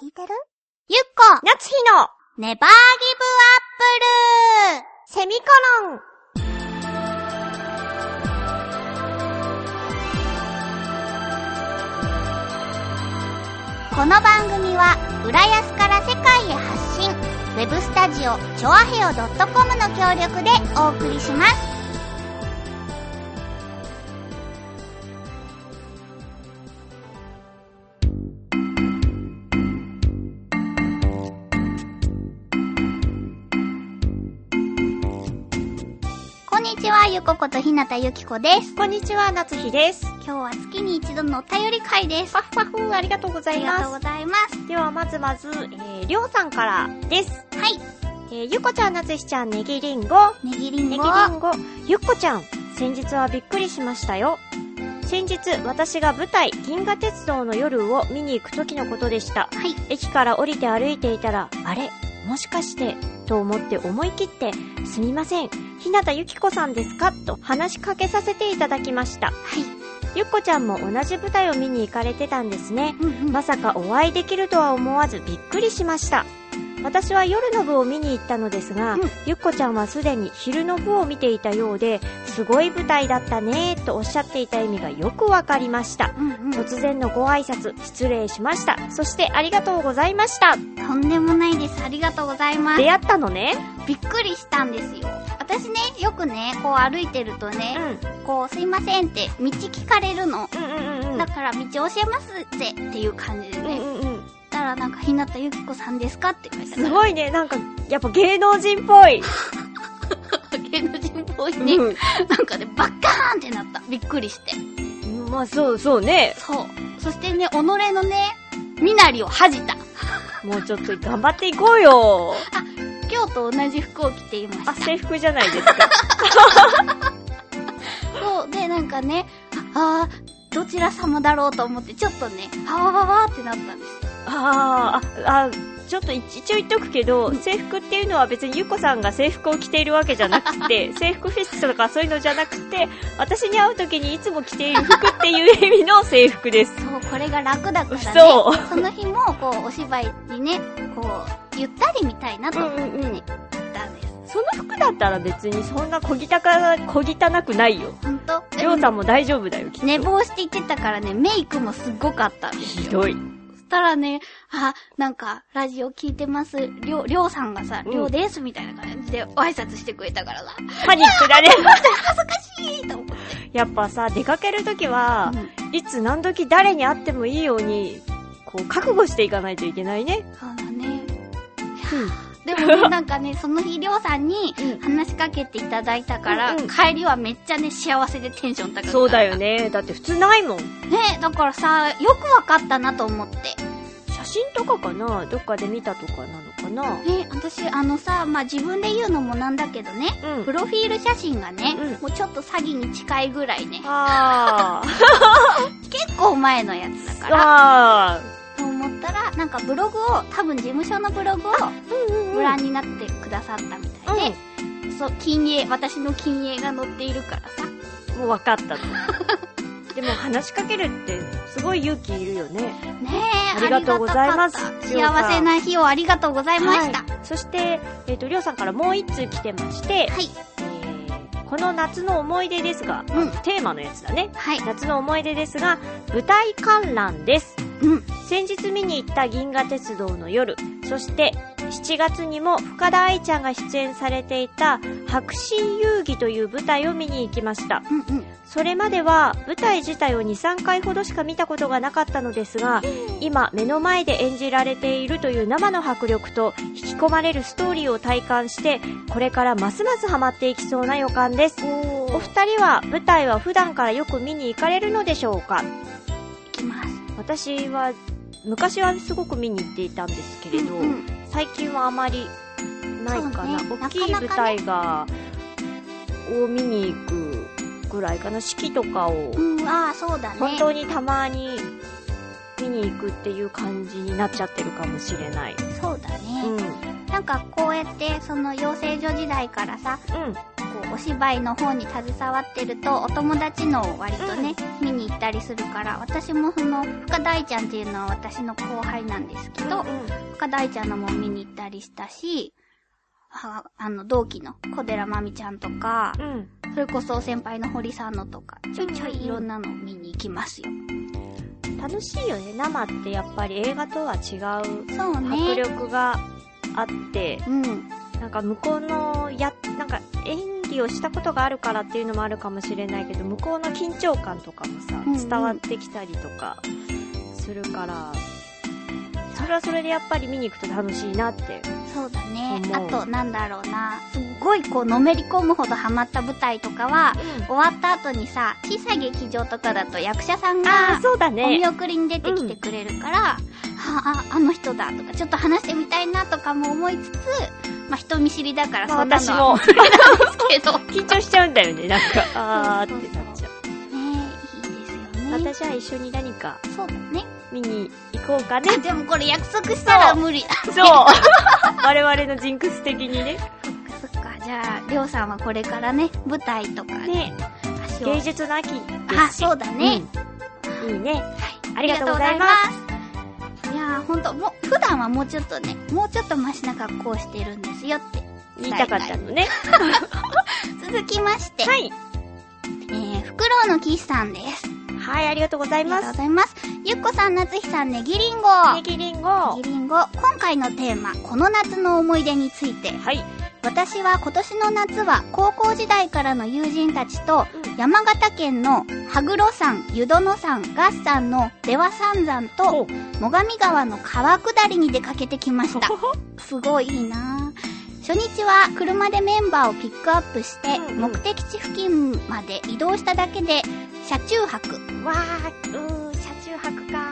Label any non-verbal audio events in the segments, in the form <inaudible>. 聞いてるゆっこ夏日のネバーギブアップルセミコロンこの番組は浦安から世界へ発信ウェブスタジオチョアヘオ .com の協力でお送りしますこんにちはゆこことひなたゆきこですこんにちは、夏日です。今日は月に一度のお便り会ですパフパフ、ありがとうござあいりがとうまございますす。では、まずまず、えー、りょうさんからです。はいえー、ゆっこちゃん、夏日ちゃん、ねぎりんご。ねぎりんねぎりごんご。ゆっこちゃん、先日はびっくりしましたよ。先日、私が舞台、銀河鉄道の夜を見に行く時のことでした。はい駅から降りて歩いていたら、あれもしかしてと思って思い切って、すみません、日向ゆきこさんですかと話しかけさせていただきました。はいゆっこちゃんも同じ舞台を見に行かれてたんですね。うんうんまさかお会いできるとは思わずびっくりしました。私は夜の部を見に行ったのですが、うんゆっこちゃんはすでに昼の部を見ていたようで、すごい舞台だったねとおっしゃっていた意味がよくわかりました。うんうん突然のご挨拶失礼しましたそしてありがとうございましたとんでもないです。ありがとうございます。出会ったのねびっくりしたんですよ。私ね、よくね、こう歩いてるとうんね、こう、すいませんって、道聞かれるの。うんうんうんだから、道教えますって、っていう感じでうんね。うんうんだから、なんか、ひなたゆきこさんですかって書いてある。すごいねなんかやっぱ芸能人っぽい、芸能人っぽいうね。んなんかね、バッカーンってなった。びっくりして。まあそうそうねそう。そしてね、己のね、身なりを恥じた。もうちょっと頑張っていこうよ今日と同じ服を着ていましたあ。制服じゃないですかそう、で、なんかね、ああー、どちら様だろうと思って、ちょっとね、はわわわってなったんです。あーああちょっと一一応言っとくけど、制服っていうのは別にゆっこさんが制服を着ているわけじゃなくて、 <laughs> 制服フェスとかそういうのじゃなくて、私に会う時にいつも着ている服っていう意味の制服です。そう、これが楽だからね。嘘その日も、こう、お芝居にね、こう、ゆったり見たいなと思ってね、うんうんうん行ったんです。その服だったら別にそんな小汚な、小汚くないよ。ほんとりょうさんも大丈夫だよ、きっと寝坊して行ってたからね、メイクもすっごかったんですひよ。どい。そしたらね、あ、なんか、ラジオ聞いてます。りょう、りょうさんがさ、うんりょうです、みたいな感じで、お挨拶してくれたからさ、パニックだね。いいと思って。 <laughs> やっぱさ、出かけるときは、いつ何時誰に会ってもいいように、こう、覚悟していかないといけないね。そうだね。でもね、なんかね、その日、りょうさんにうん話しかけていただいたから、うんうん帰りはめっちゃね、幸せでテンション高くなった。そうだよね。だって普通ないもん。ねだからさ、よくわかったなと思って。写真とかかなどっかで見たとかなのかなね私、あのさ、まあ、自分で言うのもなんだけどね、うんプ。ロフィール写真がね、うんもうちょっと詐欺に近いぐらいね、あー。結構前のやつだから、あと思ったら、なんかブログを、多分事務所のブログをー。うんご覧になってくださったみたいで、そう、禁影、私の禁影が載っているからさ、うん。もう分かったと。でも話しかけるって、すごい勇気いるよね。ねえ、ありがとうございますありがたかった幸せな日をありがとうございました。はそして、えっ、と、りょうさんからもう一通来てまして、い。えーこの夏の思い出ですが、うんテーマのやつだね。はい。夏の思い出ですが、舞台観覧です。うん。先日見に行った銀河鉄道の夜、そして7月にも深田愛ちゃんが出演されていた白真遊戯という舞台を見に行きました。うんうん。それまでは舞台自体を2、3回ほどしか見たことがなかったのですが、今目の前で演じられているという生の迫力と引き込まれるストーリーを体感して、これからますますハマっていきそうな予感です。おお行二人は舞台は普段からよく見に行かれるのでしょうかきます。私は昔はすごく見に行っていたんですけれど、うんうん最最近はあまりないかな、そうね大きいなかなかね舞台が、を見に行くぐらいかな式とかをうん、ああ、そうだね。本当にたまに見に行くっていう感じになっちゃってるかもしれない、そうだね。うん、なんかこうやってその養成所時代からさうんこうお芝居の方に携わってるとお友達のを割とね、見に行ったりするから私もその深大ちゃんっていうのは私の後輩なんですけど、うん深大ちゃんのも見に行ったりしたしああの同期の小寺真美ちゃんとかうんそれこそ先輩の堀さんのとかちょいちょうんうんうんいいろんなのを見に行きますよ。楽しいよね生ってやっぱり映画とは違うそう迫ね。力があって、うん。なんか向こうのやなんか演技をしたことがあるからっていうのもあるかもしれないけど向こうの緊張感とかもさうんうん伝わってきたりとかするから、それはそれでやっぱり見に行くと楽しいなってそうだね。あ思うと、なんだろうな。すっごいこう、のめり込むほどハマった舞台とかは、終わった後にさ、小さい劇場とかだと役者さんああが、そうだお見ね送りに出てきてくれるから、はあ、ああの人だとか、ちょっと話してみたいなとかも思いつつ、まあ、人見知りだからまあそんな私のはもけ <laughs> ど。ね緊張しちゃうんだよねなんか <laughs> あーってなっちゃうえ、いいですよね。私は一緒に何かそうだね。見に行こうかねあでもこれ約束したら無理。そう <laughs> 我々のジンクス的にね <laughs> そっか、じゃあ、りょうさんはこれからね、舞台とかね、ね足を芸。術の秋ですあ、しそうだね。うんいいねはい。。ありがとうございますいやー、ほんと、もう、普段はもうちょっとね、もうちょっとマシな格好をしてるんですよって。言いたかったのね続きまして、はいえー、フクロウの騎士さんです。はい、ありがとうござあいりがまとうすご。ざいます。ゆっこさん、なつひさん、ねぎりんご。ネねギリンゴ。はぎりんご。今回のテーマ、この夏の思い出について。い。私は今年の夏は高校時代からの友人たちとうん山形県の羽黒山、湯殿山、月山の出羽三山と最上川の川下りに出かけてきま <laughs> した。すごいいいなぁ初日は車でメンバーをピックアップしてうん目うん的地付近まで移動しただけで車中泊。わー、うー、車中泊か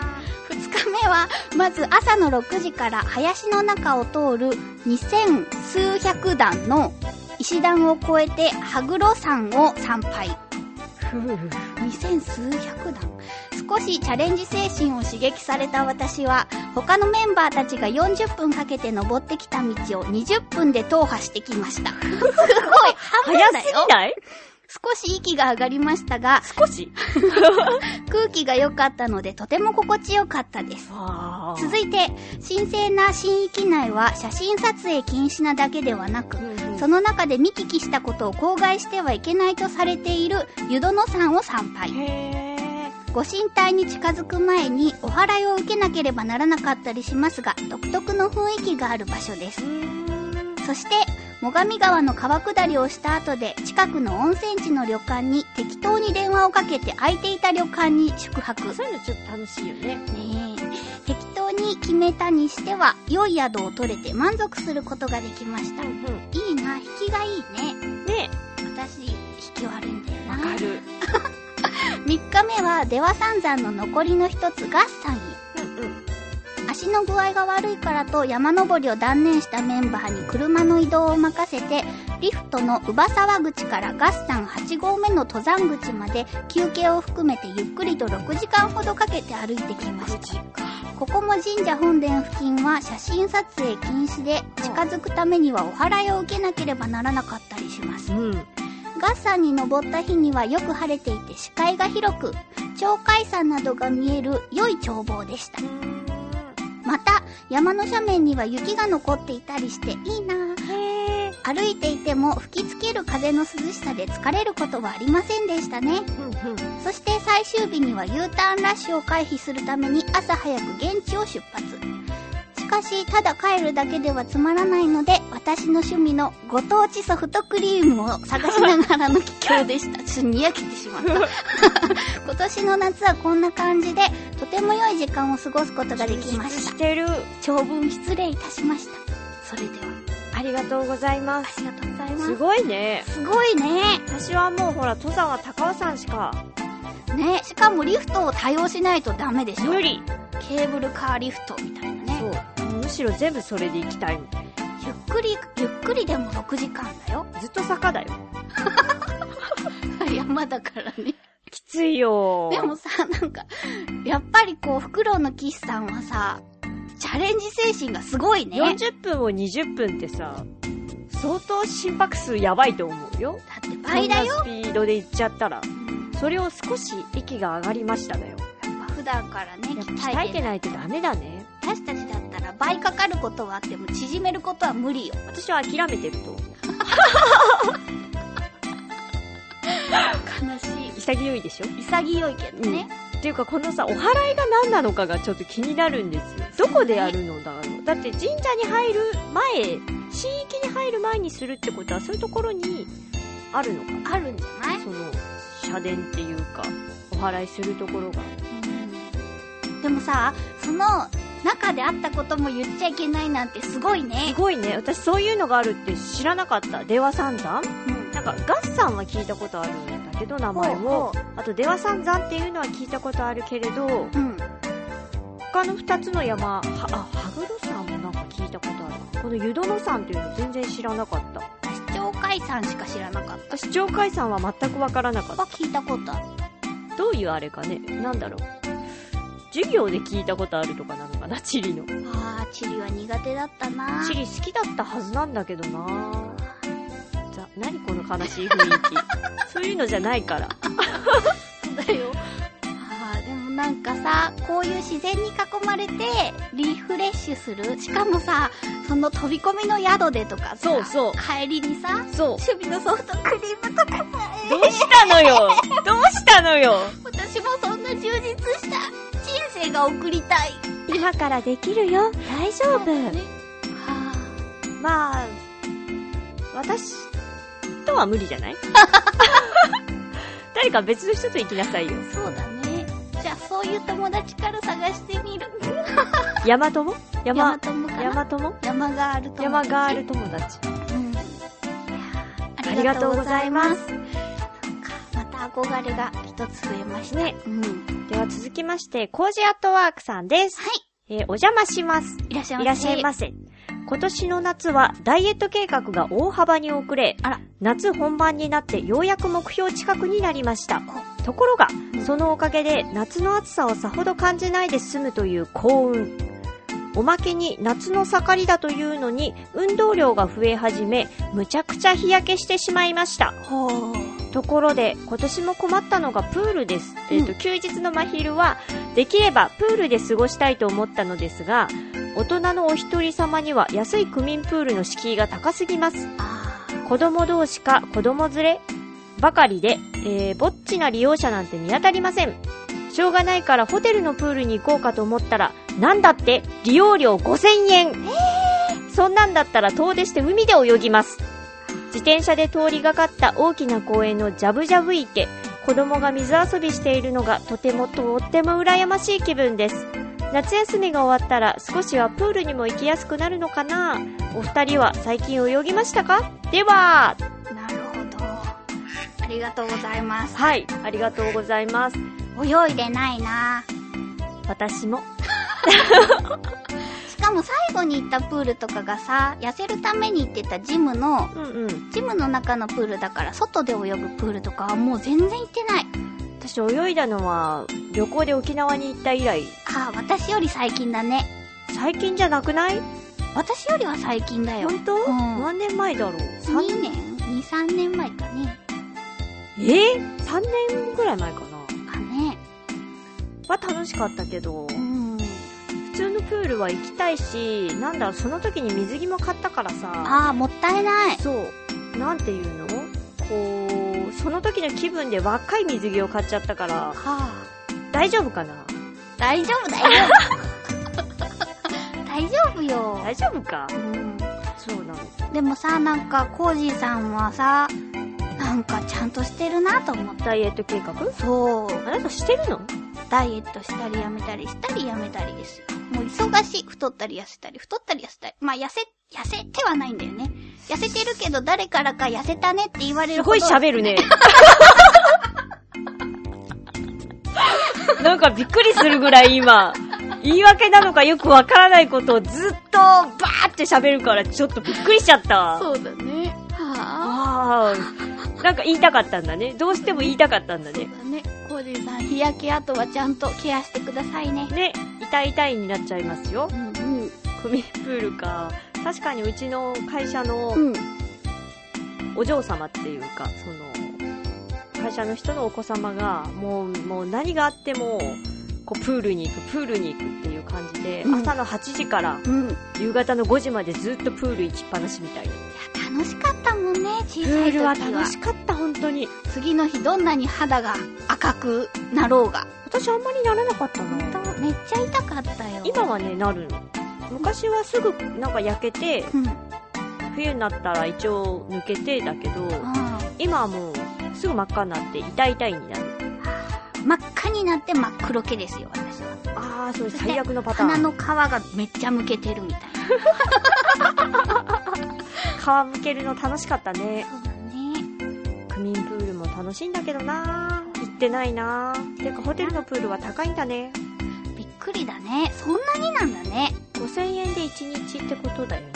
2日目はまず朝の6時から林の中を通る2000数百段の石段を越えて羽黒山を参拝ふう2000数百段少しチャレンジ精神を刺激された私は他のメンバーたちが40分かけて登ってきた道を20分で踏破してきましたすごい半分早すだぎよない少し息が上がりましたが少し。空気が良かったのでとても心地よかったですわ続いて神聖な神域内は写真撮影禁止なだけではなくそその中で見聞きしたことを口外してはいけないとされている湯殿山を参拝へえ。ご神体に近づく前にお祓いを受けなければならなかったりしますが独特の雰囲気がある場所ですそして最上川の川下りをした後で近くの温泉地の旅館に適当に電話をかけて空いていた旅館に宿泊そういうのちょっと楽しいよね。ねえ適当に決めたにしては良い宿を取れて満足することができましたいんいな引きがいいねうん。ね私引き悪いんだよわなかる。 3日目は出羽三山の残りの一つ合山へうんうん。足の具合が悪いからと山登りを断念したメンバーに車の移動を任せてリフトの乳母沢口から合山8合目の登山口まで休憩を含めてゆっくりと6時間ほどかけて歩いてきましたここも神社本殿付近は写真撮影禁止で近づくためにはお祓いを受けなければならなかったりしますうん。合山に登った日にはよく晴れていて視界が広く鳥海山などが見える良い眺望でしたまた山の斜面には雪が残っていたりしていいなぁへえ。歩いていても吹きつける風の涼しさで疲れることはありませんでしたねうんうん。そして最終日には U ターンラッシュを回避するために朝早く現地を出発。しかし、ただ帰るだけではつまらないので、私の趣味のご当地ソフトクリームを探しながらの帰郷でした。ちょっとにやけてしまった。 <laughs> 今年の夏はこんな感じで、とても良い時間を過ごすことができまし。したてる。長文失礼いたしました。それでは、ありがとうございまあす。りがとうございますす。ごいね。すごいね。私はもうほら、登山は高尾山しかね、しかもリフトを多用しないとダメでしょ。無理。ケーブルカーリフトみたいなねそう。むしろ全部それで行きたいもん。ゆっくりゆっくりでも6時間だよずっと坂だよ。山だからねきついよでもさなんかやっぱりこうフクロウの岸さんはさチャレンジ精神がすごいね。だ40分を20分ってさ、相当心拍数やばいと思うよ。って倍だよ。そんなスピードで行っちゃったら。それを少し息が上がりましただよ。まあ普段からね、やっぱ鍛鍛えてえてな。ないいとダメだね。私たちだったら倍かかることはあっても縮めることは無理よ。私は諦めてると思う。悲しい。潔いでしょ潔いけどね。っていうかこのさ、お祓いが何なのかがちょっと気になるんですよ。どこでやるのだろう。だって神社に入る前、神域に入る前にするってことはそういうところにあるのかなあるんじゃないその、社殿っていうか、お祓いするところが。でもさ、その中であったことも言っちゃいけないなんてすごいすね。ごいね。私そういうのがあるって知らなかった。出羽三山うんなんか、ガッサンは聞いたことあるんだけど、名前ほも。あと、出羽三山っていうのは聞いたことあるけれど、うん。他の二つの山、は、あ、羽黒山もなんか聞いたことある。この湯殿山っていうの全然知らなかった。私、鳥海山しか知らなかっ。私、鳥海山は全くわからなかったは聞いたことある。た。どういうあれかね、なんだろう。授業で聞いたことあるとかなのかな、地理の。あー、地理は苦手だったな地理好きだったはずなんだけどなざ、何この悲しい雰囲 <laughs> 気。そういうのじゃないから。だよ。あーでもなんかさ、こういう自然に囲まれてリフレッシュする。しかもさ、その飛び込みの宿でとかさ、そうそう帰りにさ、そう。趣味のソフトクリームとかさ、えどうしたの <laughs> よどうしたのよー私もそんな充実した人生が送りたい。今からできるよ大丈夫はまあ、私とは無理じゃない <laughs> 誰か別の人と行きなさいよ。あ、そうだね。じゃあそういう友達から探してみる。山友山山、友かな山友山ガール友達。山ガール友達。うんありがとうございますそっかまた憧れが一つ増えました。ね。うん。はでは続きまして、コージアットワークさんです。えーお邪魔します。い。いらっしゃいいまらっせ。しゃいませ。今年の夏はダイエット計画が大幅に遅れ、あら夏本番になってようやく目標近くになりました。ところが、そのおかげで夏の暑さをさほど感じないで済むという幸運。おまけに夏の盛りだというのに運動量が増え始め、むちゃくちゃ日焼けしてしまいました。ほう。ところで、今年も困ったのがプールです。えっ、と、う休日の真昼は、できればプールで過ごしたいと思ったのですが、大人のお一人様には安い区民プールの敷居が高すぎます。あ子供同士か子供連ればかりで、えー、ぼっちな利用者なんて見当たりません。しょうがないからホテルのプールに行こうかと思ったら、なんだって利用料5000円そんなんだったら遠出して海で泳ぎます。自転車で通りがかった大きな公園のジャブジャブ池、子供が水遊びしているのがとてもとっても羨ましい気分です。夏休みが終わったら少しはプールにも行きやすくなるのかなお二人は最近泳ぎましたかでは、ーなるほど。ありがとうございます。はい、ありがとうございます。泳いでないな私も。しかも最後に行ったプールとかがさ、痩せるために行ってたジムの、うんうん。ジムの中のプールだから、外で泳ぐプールとかはもう全然行ってない。私泳いだのは、旅行で沖縄に行った以来、ああ、私より最近だね。最近じゃなくない私よりは最近だよ。本当、ん何年前だろう三2年 ?2、3年前かね。えー、?3 年ぐらい前かなかね。は楽しかったけど、うん。普通のプールは行きたいし、なんだろう、その時に水着も買ったからさ、ああ、もったいない。そう、なんていうのこう、その時の気分で若い水着を買っちゃったから、はあ、大丈夫かな大丈夫 <laughs> だよ。大丈夫よ。大丈夫かうんそうなの。でもさ、なんか、コージーさんはさ、なんかちゃんとしてるなと思った。ダイエット計画そう。あなたしてるのダイエットしたりやめたりしたりやめたりですよ。もう忙しい。太ったり痩せたり、太ったり痩せたり。まあ、痩せ、痩せてはないんだよね。痩せてるけど誰からか痩せたねって言われするごほいど。喋るね。なんかびっくりするぐらい今、言い訳なのかよくわからないことをずっとバーって喋るからちょっとびっくりしちゃった。そうだね。はあ。ああ、なんか言いたかったんだね。どうしても言いたかったんだそうね。だね。コージーさん、日焼け跡はちゃんとケアしてくださいね。ね、痛い痛いになっちゃいますよ。うんうん。ミプールか。確かにうちの会社のうん。お嬢様っていうか、その、会社の人のお子様が、もう、もう何があっても、こう、プールに行く、プールに行くっていう感じで、うん朝の8時からうん。夕方の5時までずっとプール行きっぱなしみたいな。楽しかったもんね、小プさいー時ルは。は楽しかった、本当に。次の日どんなに肌が赤くなろうが。私あんまりならなかったな。めっちゃ痛かったよ。今はね、なるの。昔はすぐなんか焼けて、うん。あ冬になったら一応抜けてだけど、あ今はもうすぐ真っ赤になって痛い痛いになる。真っ赤になって真っ黒系ですよ、私は。ああ、そうそして最悪のパターン。鼻の皮がめっちゃむけてるみたいな。皮むけるの楽しかったね。そうだね。クミンプールも楽しいんだけどな行ってないなてかホテルのプールは高いんだね。びっくりだね。そんなになんだね。 5000円で1日ってことだよね。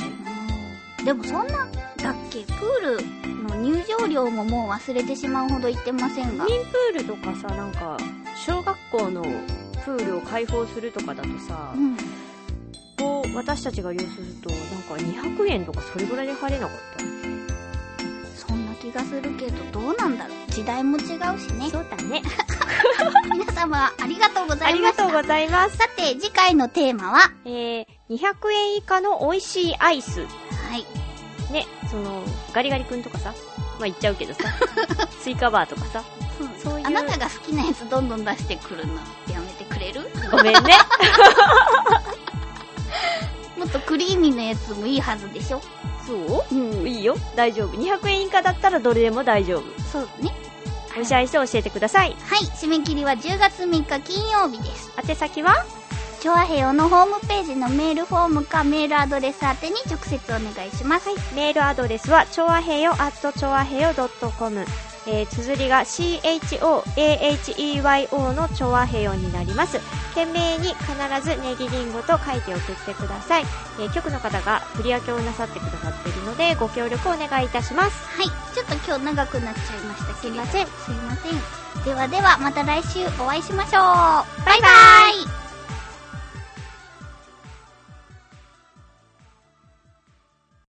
でもそんな、だっけ、プールの入場料ももう忘れてしまうほど行ってませんクが。ミンプールとかさ、なんか、小学校のプールを開放するとかだとさう、ん。こう私たちが利用すると、なんか200円とかそれぐらいで入れなかった。そんな気がするけど、どうなんだろう。時代も違うしね。うだね。 <laughs> 皆様、ありがとうござあいりまがした。とうございます。さて、次回のテーマは、はえー、200円以下の美味しいアイス。い。ね、その、ガリガリ君とかさ、まあ言っちゃう <laughs> けどさ、スイカバーとかさ、そういうあなたが好きなやつどんどん出してくるの。やめてくれるごめんね。もっとクリーミーなやつもいいはずでしょ。そううんいいよ、大丈夫。200円以下だったらどれでも大丈夫。そうね。おしゃいして教えてください。はい、締め切りは10月3日金曜日です。宛先はチョアヘヨのホームページのメールフォームかメールアドレス宛てに直接お願いします。はい。メールアドレスは、ちょわへよ、あっとちょわへよ .com。えー、綴りが CHOAHEYO のちょわへよになります。懸命に必ずネギリンゴと書いて送ってください。えー、局の方が振り分けをなさってくださっているので、ご協力をお願いいたします。ちょっと今日長くなっちゃいましたけれど。すいません。すいません。ではでは、また来週お会いしましょう。バイバーイ